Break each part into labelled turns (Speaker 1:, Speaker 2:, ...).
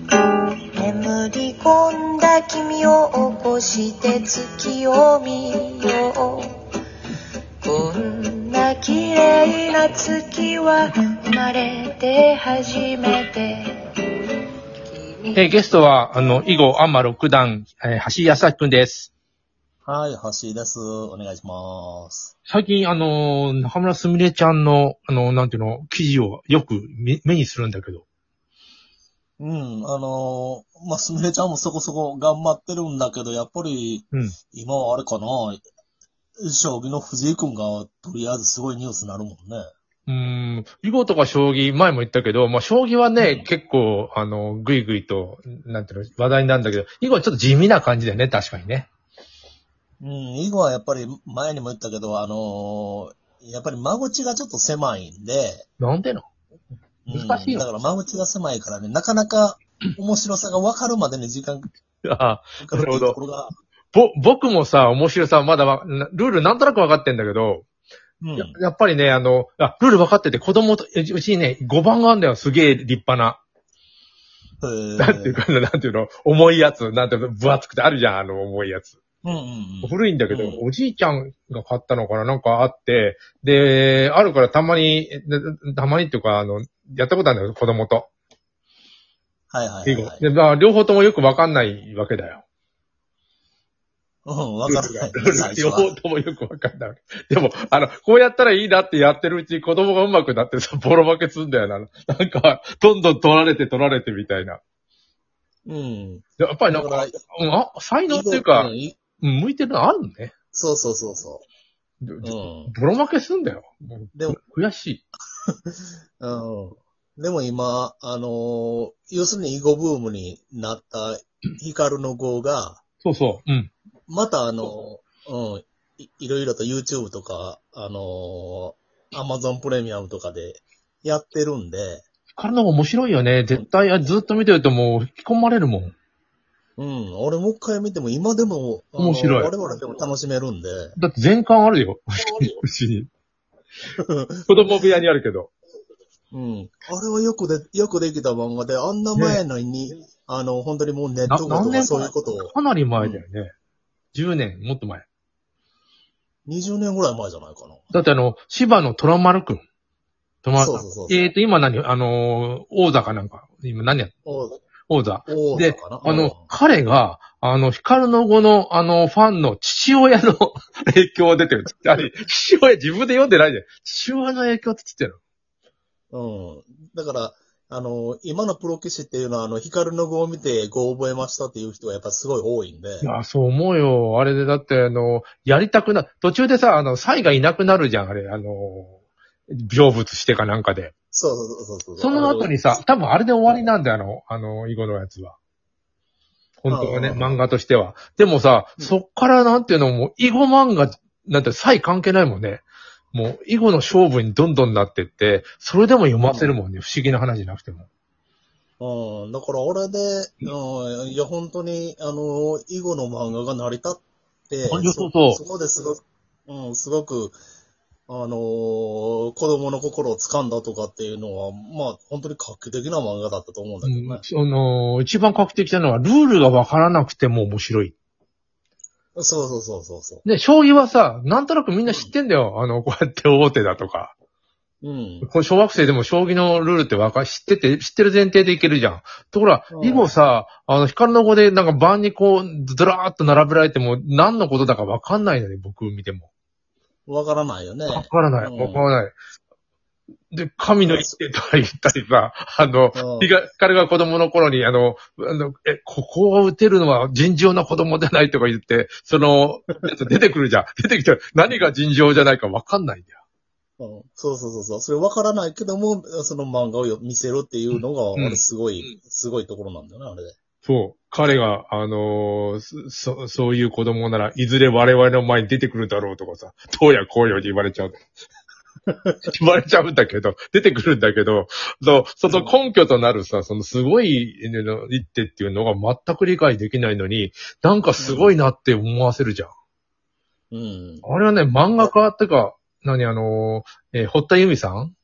Speaker 1: 眠り込んだ君を起こして月を見ようこんな綺麗な月は生まれて初めて
Speaker 2: えーゲストは、あの、囲碁アンマ六段、えー橋康明くんです。
Speaker 3: はい、橋です。お願いします。
Speaker 2: 最近、あのー中村すみれちゃんの、あのーなんていうの、記事をよくみ目にするんだけど。
Speaker 3: うん、あのーまあ、すみれちゃんもそこそこ頑張ってるんだけど、やっぱり、
Speaker 2: うん
Speaker 3: 今はあれかな、将棋の藤井君がとりあえずすごいニュースになるもんね。
Speaker 2: うーん、囲碁とか将棋、前も言ったけど、まあ、将棋はね、結構、あの、ぐいぐいと、なんていうの、話題になるんだけど、囲碁はちょっと地味な感じだよね、確かにね。
Speaker 3: うん、囲碁はやっぱり前にも言ったけど、あのーやっぱり間口がちょっと狭いんで、
Speaker 2: なんでの
Speaker 3: うん
Speaker 2: 難しいよ
Speaker 3: だから間口が狭いからね、なかなか面白さが分かるまでに時間が
Speaker 2: ああ
Speaker 3: かかるっていうところが、
Speaker 2: ぼ、僕もさ、面白さ、まだわ、なルールなんとなく分かってんだけど、
Speaker 3: うん
Speaker 2: や、やっぱりね、あの、あ、ルール分かってて、子供と、えうちにね、5番があるんだよ、すげえ立派な。
Speaker 3: えー
Speaker 2: なんていうかな、なんていうの、重いやつ、なんていうの、分厚くてあるじゃん、あの重いやつ。
Speaker 3: うんうんうん。
Speaker 2: 古いんだけど、
Speaker 3: うん
Speaker 2: おじいちゃんが買ったのかな、なんかあって、で、あるからたまに、えたまにっていうか、あの、やったことあるんだけど、子供と。
Speaker 3: はいはい
Speaker 2: 囲
Speaker 3: はい、
Speaker 2: 碁
Speaker 3: はい。
Speaker 2: で、まあ、両方ともよく分かんないわけだよ。
Speaker 3: うん、わから ない。最初
Speaker 2: 両
Speaker 3: は
Speaker 2: 方ともよく分かんないわけ。でも、あの、こうやったらいいなってやってるうちに子供が上手くなってさ、 ボロ負けすんだよな。なんか、どんどん取られて取られてみたいな。
Speaker 3: うん。
Speaker 2: やっぱりな
Speaker 3: だ
Speaker 2: んか、
Speaker 3: から、
Speaker 2: うんあ、才能っていう
Speaker 3: う
Speaker 2: か
Speaker 3: ん、い
Speaker 2: うん向いてるのあるのね。
Speaker 3: そうそうそうそ
Speaker 2: で
Speaker 3: う。うん。
Speaker 2: ボロ負けすんだよ。もう
Speaker 3: でも
Speaker 2: 悔しい。
Speaker 3: うん。でも今、あのー要するに囲碁ブームになったヒカルの碁が、
Speaker 2: そうそう。うん。
Speaker 3: またあのーうんい、いろいろと YouTube とか、あのー、Amazon プレミアムとかでやってるんで、
Speaker 2: 彼の方が面白いよね。絶対、あずっと見てるともう引き込まれるもん。
Speaker 3: うん、俺もう一回見ても今でも、あのー
Speaker 2: 面白い
Speaker 3: 我々でも楽しめるんで、
Speaker 2: だって全巻あるよ。 うちに。子供部屋にあるけど。
Speaker 3: うん。あれはよくで、よくできた漫画で、あんな前のに、あの、本当にもうネット
Speaker 2: な
Speaker 3: と
Speaker 2: 何年
Speaker 3: か
Speaker 2: 前
Speaker 3: そういうことを、
Speaker 2: かなり前だよね。10年、もっと前。
Speaker 3: 20年ぐらい前じゃないかな。
Speaker 2: だってあの、芝の虎丸くん。虎丸
Speaker 3: そうそうそうそう
Speaker 2: えっ、ー、と、今何あのー、王座かなんか。今何や
Speaker 3: お、
Speaker 2: 王座。
Speaker 3: お
Speaker 2: で
Speaker 3: かな
Speaker 2: あ
Speaker 3: う
Speaker 2: の
Speaker 3: ん、
Speaker 2: 彼が、あの、ヒカルの語の、あの、ファンの父親の 影響を出てる。あれ父親、自分で読んでないじゃん。父親の影響って言ってる
Speaker 3: うん。だから、あの、今のプロ棋士っていうのは、あの、ヒカルの語を見て語を覚えましたっていう人がやっぱすごい多いんで、
Speaker 2: の。いや、そう思うよ。あれで、だって、あの、やりたくな、途中でさ、あの、サイがいなくなるじゃん、あれ、あの、成仏してかなんかで。
Speaker 3: そうそうそうそう。
Speaker 2: その後にさ、多分あれで終わりなんだよ、あの、あの、囲碁のやつは。本当はね、
Speaker 3: うん
Speaker 2: 漫画としては。でもさ、
Speaker 3: うん
Speaker 2: そっからなんていうのも、囲碁漫画、なんて、差異関係ないもんね。もう、囲碁の勝負にどんどんなってって、それでも読ませるもんね、不思議な話じゃなくても。
Speaker 3: あの。うん。だから、あれで、うん。いや、本当に、あの、囲碁の漫画が成り立って、
Speaker 2: あそうそうそう
Speaker 3: そこですごく、うん、すごく、あのー子供の心を掴んだとかっていうのは、まあ、本当に画期的な漫画だったと思うんだけどね。
Speaker 2: うんその、一番画期的なのは、ルールがわからなくても面白い。
Speaker 3: そうそうそうそうそう。
Speaker 2: で、将棋はさ、なんとなくみんな知ってんだよ。あの、こうやって大手だとか。
Speaker 3: うん。
Speaker 2: これ小学生でも将棋のルールってわか、知ってて、知ってる前提でいけるじゃん。ところが
Speaker 3: う、ん
Speaker 2: 囲碁さ、あの、光の碁でなんか盤にこう、ずらーっと並べられても、何のことだかわかんないのね、僕見ても。
Speaker 3: わからないよね。
Speaker 2: わからない、
Speaker 3: うん
Speaker 2: わからない。で、神の一手とか言ったりさ、あの、
Speaker 3: うん
Speaker 2: 光が子供の頃に、あの、あの、え、ここを打てるのは尋常な子供じゃないとか言って、その、やつ出てくるじゃん。出てきて、何が尋常じゃないかわかんないんだよ。
Speaker 3: うんそうそうそうそう。それ分からないけども、その漫画をよ見せろっていうのが、
Speaker 2: うん
Speaker 3: あれすごい、すごいところなんだよね、あれで。
Speaker 2: そう。彼が、あのーそ、そういう子供なら、いずれ我々の前に出てくるだろうとかさ、どうやこうよに言われちゃう。 言われちゃうんだけど、出てくるんだけど、そうその根拠となるさ、そのすごいえーの一手っていうのが全く理解できないのに、なんかすごいなって思わせるじゃん。
Speaker 3: うん。
Speaker 2: あれはね、漫画家ってか、何あのー、えー堀田由美さん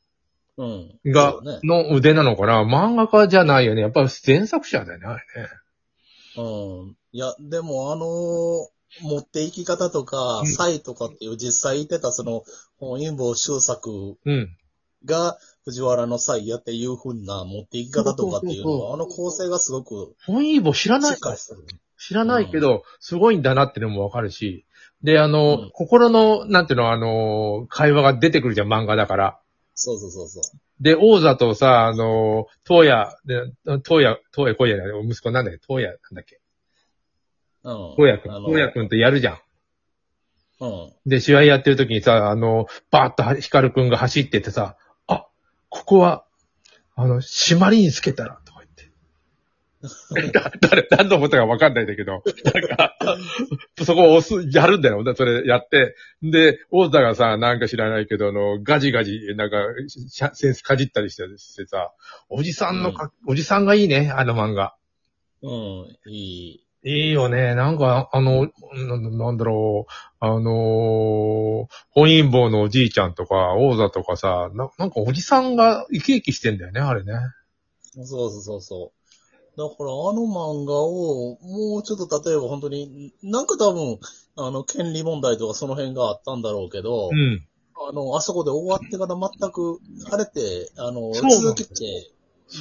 Speaker 3: うん。
Speaker 2: が
Speaker 3: そうだね。
Speaker 2: の腕なのかな漫画家じゃないよね。やっぱ前作者だよね、あれね。
Speaker 3: うん。いや、でもあの持って行き方とか
Speaker 2: う、ん
Speaker 3: サイとかっていう実際言ってたその、本因坊周作
Speaker 2: うん。
Speaker 3: が藤原のサイやっていう風な持って行き方とかっていうのは、
Speaker 2: そ
Speaker 3: あの構成がすごく
Speaker 2: 本イーボ知ら
Speaker 3: し
Speaker 2: な
Speaker 3: っ
Speaker 2: いか
Speaker 3: からりしてる。
Speaker 2: 知らないけど、すごいんだなってのもわかるし。で、あの、
Speaker 3: うん
Speaker 2: 心の、なんていうの、あのー、会話が出てくるじゃん、漫画だから。
Speaker 3: そうそうそうそう。
Speaker 2: で、王座とさ、あのー、東野、で東野、東野小野だよ。息子なんだっけ東野、なんだっけ
Speaker 3: うん。
Speaker 2: 東野くん。
Speaker 3: あの
Speaker 2: 東野くんとやるじゃん。
Speaker 3: うん。
Speaker 2: で、試合やってる時にさ、あの、バーッとは光くんが走ってってさ、あ、ここは、あの、締まりにつけたら、とか言って。 だ誰、何のことかわかんないんだけど、なんか、そこを押す、やるんだよ。だそれやって。で、大田がさ、なんか知らないけど、あの、ガジガジ、なんか、しゃセンスかじったりしてしてさ、おじさんのか、おじさんがいいね、あの漫画。
Speaker 3: うん。いい。
Speaker 2: いいよね。なんか、あの、ななんだろう、あのー本因坊のおじいちゃんとか、王座とかさ、ななんかおじさんが生き生きしてんだよね、あれね。
Speaker 3: そうそうそうそう。だからあの漫画を、もうちょっと例えば本当に、なんか多分、あの、権利問題とかその辺があったんだろうけど、
Speaker 2: うん。
Speaker 3: あの、あそこで終わってから全く、あれって、あの、
Speaker 2: そうなんだ
Speaker 3: 続きって、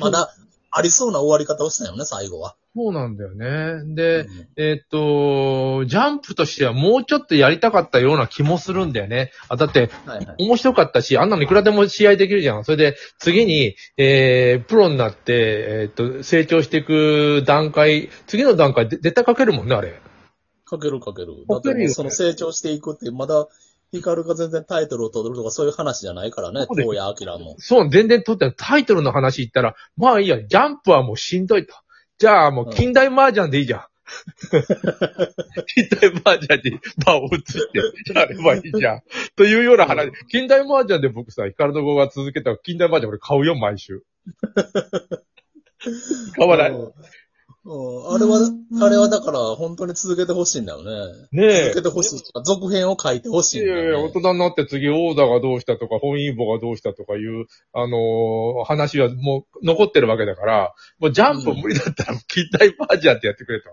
Speaker 3: まだありそうな終わり方をしたよね、最後は。
Speaker 2: そうなんだよね。
Speaker 3: う
Speaker 2: で、
Speaker 3: ん
Speaker 2: えーっと、ジャンプとしてはもうちょっとやりたかったような気もするんだよね。あ、だって、
Speaker 3: はいはい。
Speaker 2: 面白かったし、あんなのいくらでも試合できるじゃん。それで、次に、えー、プロになって、えーっと、成長していく段階、次の段階で絶対書けるもんね、あれ。
Speaker 3: かけるかける。だ
Speaker 2: か
Speaker 3: っ
Speaker 2: け
Speaker 3: て
Speaker 2: るよね
Speaker 3: もうその成長していくって、まだ、ヒカルが全然タイトルを取るとかそういう話じゃないからね、
Speaker 2: そうです
Speaker 3: 東野明も。
Speaker 2: そう、全然取ってないタイトルの話言ったら、まあいいや、ジャンプはもうしんどいと。じゃあもう近代麻雀でいいじゃん。近代麻雀で場を移してやればいいじゃん。というような話。近代麻雀で僕さ、ヒカルの語が続けたら近代麻雀俺買うよ、毎週。買わない。
Speaker 3: うんうんあれは、あれはだから本当に続けてほしいんだよね。
Speaker 2: ねえ
Speaker 3: 続けてほしいとか、続編を書いてほしいん
Speaker 2: い
Speaker 3: だ
Speaker 2: やいや、
Speaker 3: よ、
Speaker 2: 大
Speaker 3: ね。
Speaker 2: 人になって次、王座がどうしたとか、本因坊がどうしたとかいう、あのー話はもう残ってるわけだから、もうジャンプ無理だったら、近代バージャンってやってくれと。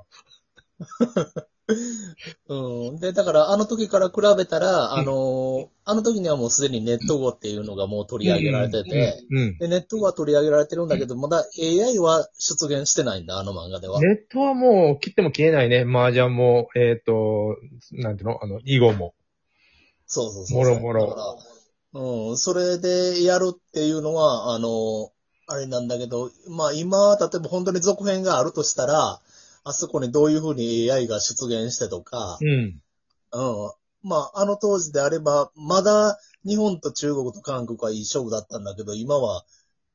Speaker 3: うん。で、だからあの時から比べたら、あのーあの時にはもうすでにネット語っていうのがもう取り上げられてて、
Speaker 2: うん。うん
Speaker 3: で、ネット語は取り上げられてるんだけど、まだ AI は出現してないんだ、あの漫画では。
Speaker 2: ネットはもう切っても消えないね。麻雀も、えっ、と、なんていうのあの、囲碁も。
Speaker 3: そうそうそう。
Speaker 2: もろもろ
Speaker 3: だから。うん、それでやるっていうのは、あの、あれなんだけど、まあ今、例えば本当に続編があるとしたら、あそこにどういうふうに AI が出現してとか
Speaker 2: う、ん。
Speaker 3: うん。まあ、あの当時であれば、まだ日本と中国と韓国はいい勝負だったんだけど、今は、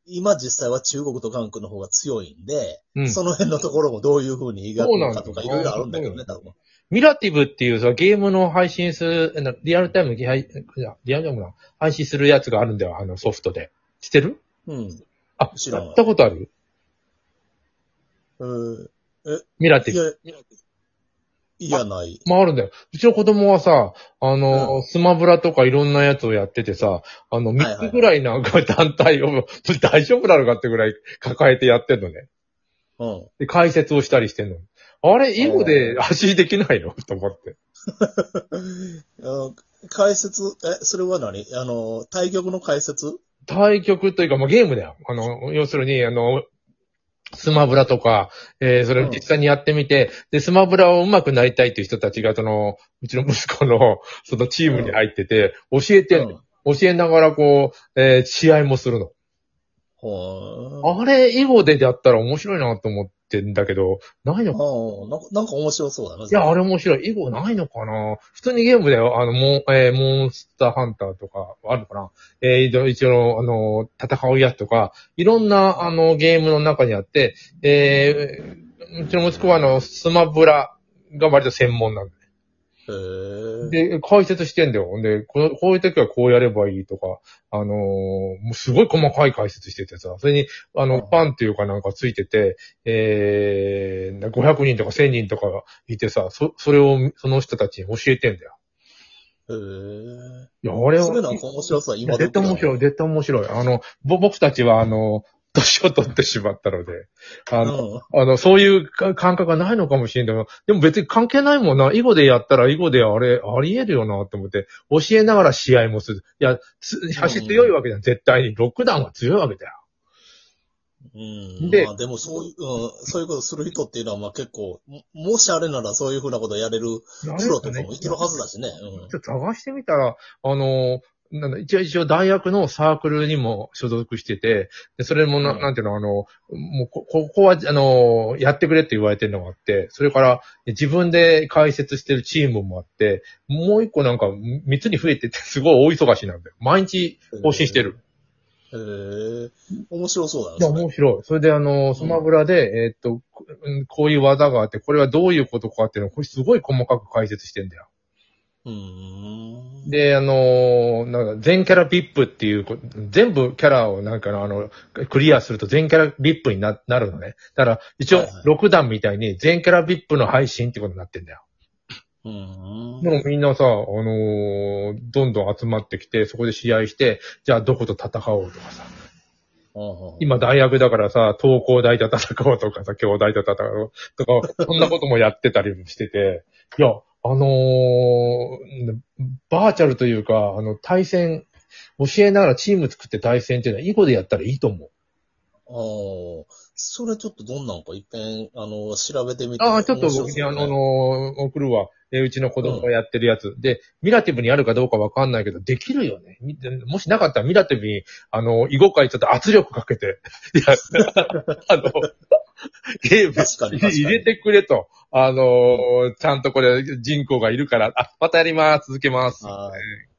Speaker 3: 今実際は中国と韓国の方が強いんで、
Speaker 2: うん。
Speaker 3: その辺のところもどういうふうに描くのかとか、い
Speaker 2: そうなんだ
Speaker 3: ろいろあるんだけどね、多分。
Speaker 2: ミラティブっていうさ、ゲームの配信する、えなリアルタイムに配、いやリアルタイムな、配信するやつがあるんだよ。あの、ソフトで。知ってる
Speaker 3: うん。
Speaker 2: あ、
Speaker 3: 知らん
Speaker 2: やったことある
Speaker 3: うん。
Speaker 2: ミラティ
Speaker 3: い
Speaker 2: ブ。
Speaker 3: や、いやない。
Speaker 2: まああるんだよ。うちの子供はさ、あの、
Speaker 3: う
Speaker 2: スマブラとかいろんなやつをやっててさ、あの、
Speaker 3: はいは
Speaker 2: 3
Speaker 3: い
Speaker 2: つぐらいなんか団体を、 大丈夫なのかってぐらい抱えてやってんのね。
Speaker 3: うん。
Speaker 2: で、解説をしたりしてんの。あれ、囲碁で走りできないの と思って。
Speaker 3: あ解説、え、それは何あの、対局の解説
Speaker 2: 対局というか、まあ、ゲームだよ。あの、要するに、あの、スマブラとか、えーそれを実際にやってみて、で、スマブラを上手くなりたいという人たちが、その、うちの息子の、そのチームに入ってて、教えてんの
Speaker 3: うん
Speaker 2: 教えながら、こう、えー試合もするの。
Speaker 3: ほー
Speaker 2: あれ、囲碁でやったら面白いなと思ってんだけど、ないのか
Speaker 3: うん。なんかなんか面白そうだな。
Speaker 2: いや、あれ面白い。囲碁ないのかな普通にゲームだよ。あの、モン、えーモンスターハンターとか、あるのかなえーいろ、一応、あの、戦うやつとか、いろんな、あの、ゲームの中にあって、えーうちの息子は、あの、スマブラが割と専門なんだよ
Speaker 3: へー
Speaker 2: で、解説してんだよ。で、このこういう時はこうやればいいとか、あのーもうすごい細かい解説しててさ、それに、あ
Speaker 3: う
Speaker 2: の、
Speaker 3: ん
Speaker 2: パンっていうかなんかついてて、えー、500人とか1000人とかいてさ、そ、それをその人たちに教えてんだよ。
Speaker 3: へえ。
Speaker 2: いや、俺は。
Speaker 3: それなんか面白そう、
Speaker 2: いや
Speaker 3: 今
Speaker 2: 絶対面
Speaker 3: い。
Speaker 2: 白い、絶対面白い。あの、ぼ、僕たちは、あの、年を取ってしまったので、あの、
Speaker 3: うん。
Speaker 2: あの、そういうか感覚がないのかもしれない。でも別に関係ないもんな。囲碁でやったら囲碁であれ、あり得るよなと思って、教えながら試合もする。いや、つ橋強いわけじゃん。絶対に。ロックダウンは強いわけだよ。
Speaker 3: うん、
Speaker 2: で
Speaker 3: まあでもそういう、うん、そういうことする人っていうのはまあ結構、ももしあれならそういうふうなことやれるプロとかもいてるはずだしね。
Speaker 2: ちょっと探してみたら、あの、なんだ、一応一応大学のサークルにも所属してて、でそれもな、
Speaker 3: うん
Speaker 2: なんていうの、あの、もうこ、ここは、あの、やってくれって言われてるのがあって、それから自分で解説してるチームもあって、もう一個なんか三つに増えてて、 すごい大忙しなんだよ。毎日
Speaker 3: うん。
Speaker 2: 更新してる。
Speaker 3: へえ。面白そうだね
Speaker 2: いや、
Speaker 3: それ。
Speaker 2: 面白い。それで、あの、スマブラで、えーっと、こうんこういう技があって、これはどういうことかっていうのを、これすごい細かく解説してんだよ。
Speaker 3: うん。
Speaker 2: で、あのーなんか全キャラ VIP っていうこ、全部キャラをなんかのあの、クリアすると全キャラ VIP にななるのね。だから、一応
Speaker 3: はいはい
Speaker 2: 6段みたいに全キャラ VIP の配信ってことになってんだよ。
Speaker 3: うん。
Speaker 2: でもみんなさ、あのーどんどん集まってきて、そこで試合して、じゃあどこと戦おうとかさ。
Speaker 3: うん、
Speaker 2: 今大学だからさ、東工大と戦おうとかさ、京大と戦おうとか、そんなこともやってたりもしてて、いや、あのーバーチャルというか、あの、対戦、教えながらチーム作って対戦っていうのは、囲碁でやったらいいと思う。
Speaker 3: ああ、それちょっとどんなんか一遍、あの、調べてみて。
Speaker 2: ああ、ちょっと
Speaker 3: 面白
Speaker 2: 僕にあ
Speaker 3: そう
Speaker 2: の
Speaker 3: だね
Speaker 2: 送るわ。えうちの子供がやってるやつ。で、ミラティブにあるかどうかわかんないけど、できるよね。みもしなかったらミラティブに、あの、囲碁界ちょっと圧力かけて、いや、 あの、ゲーム
Speaker 3: 確かに確か に。
Speaker 2: 入れてくれと。あのーちゃんとこれ人口がいるから、あ、またやります、続けます。
Speaker 3: はい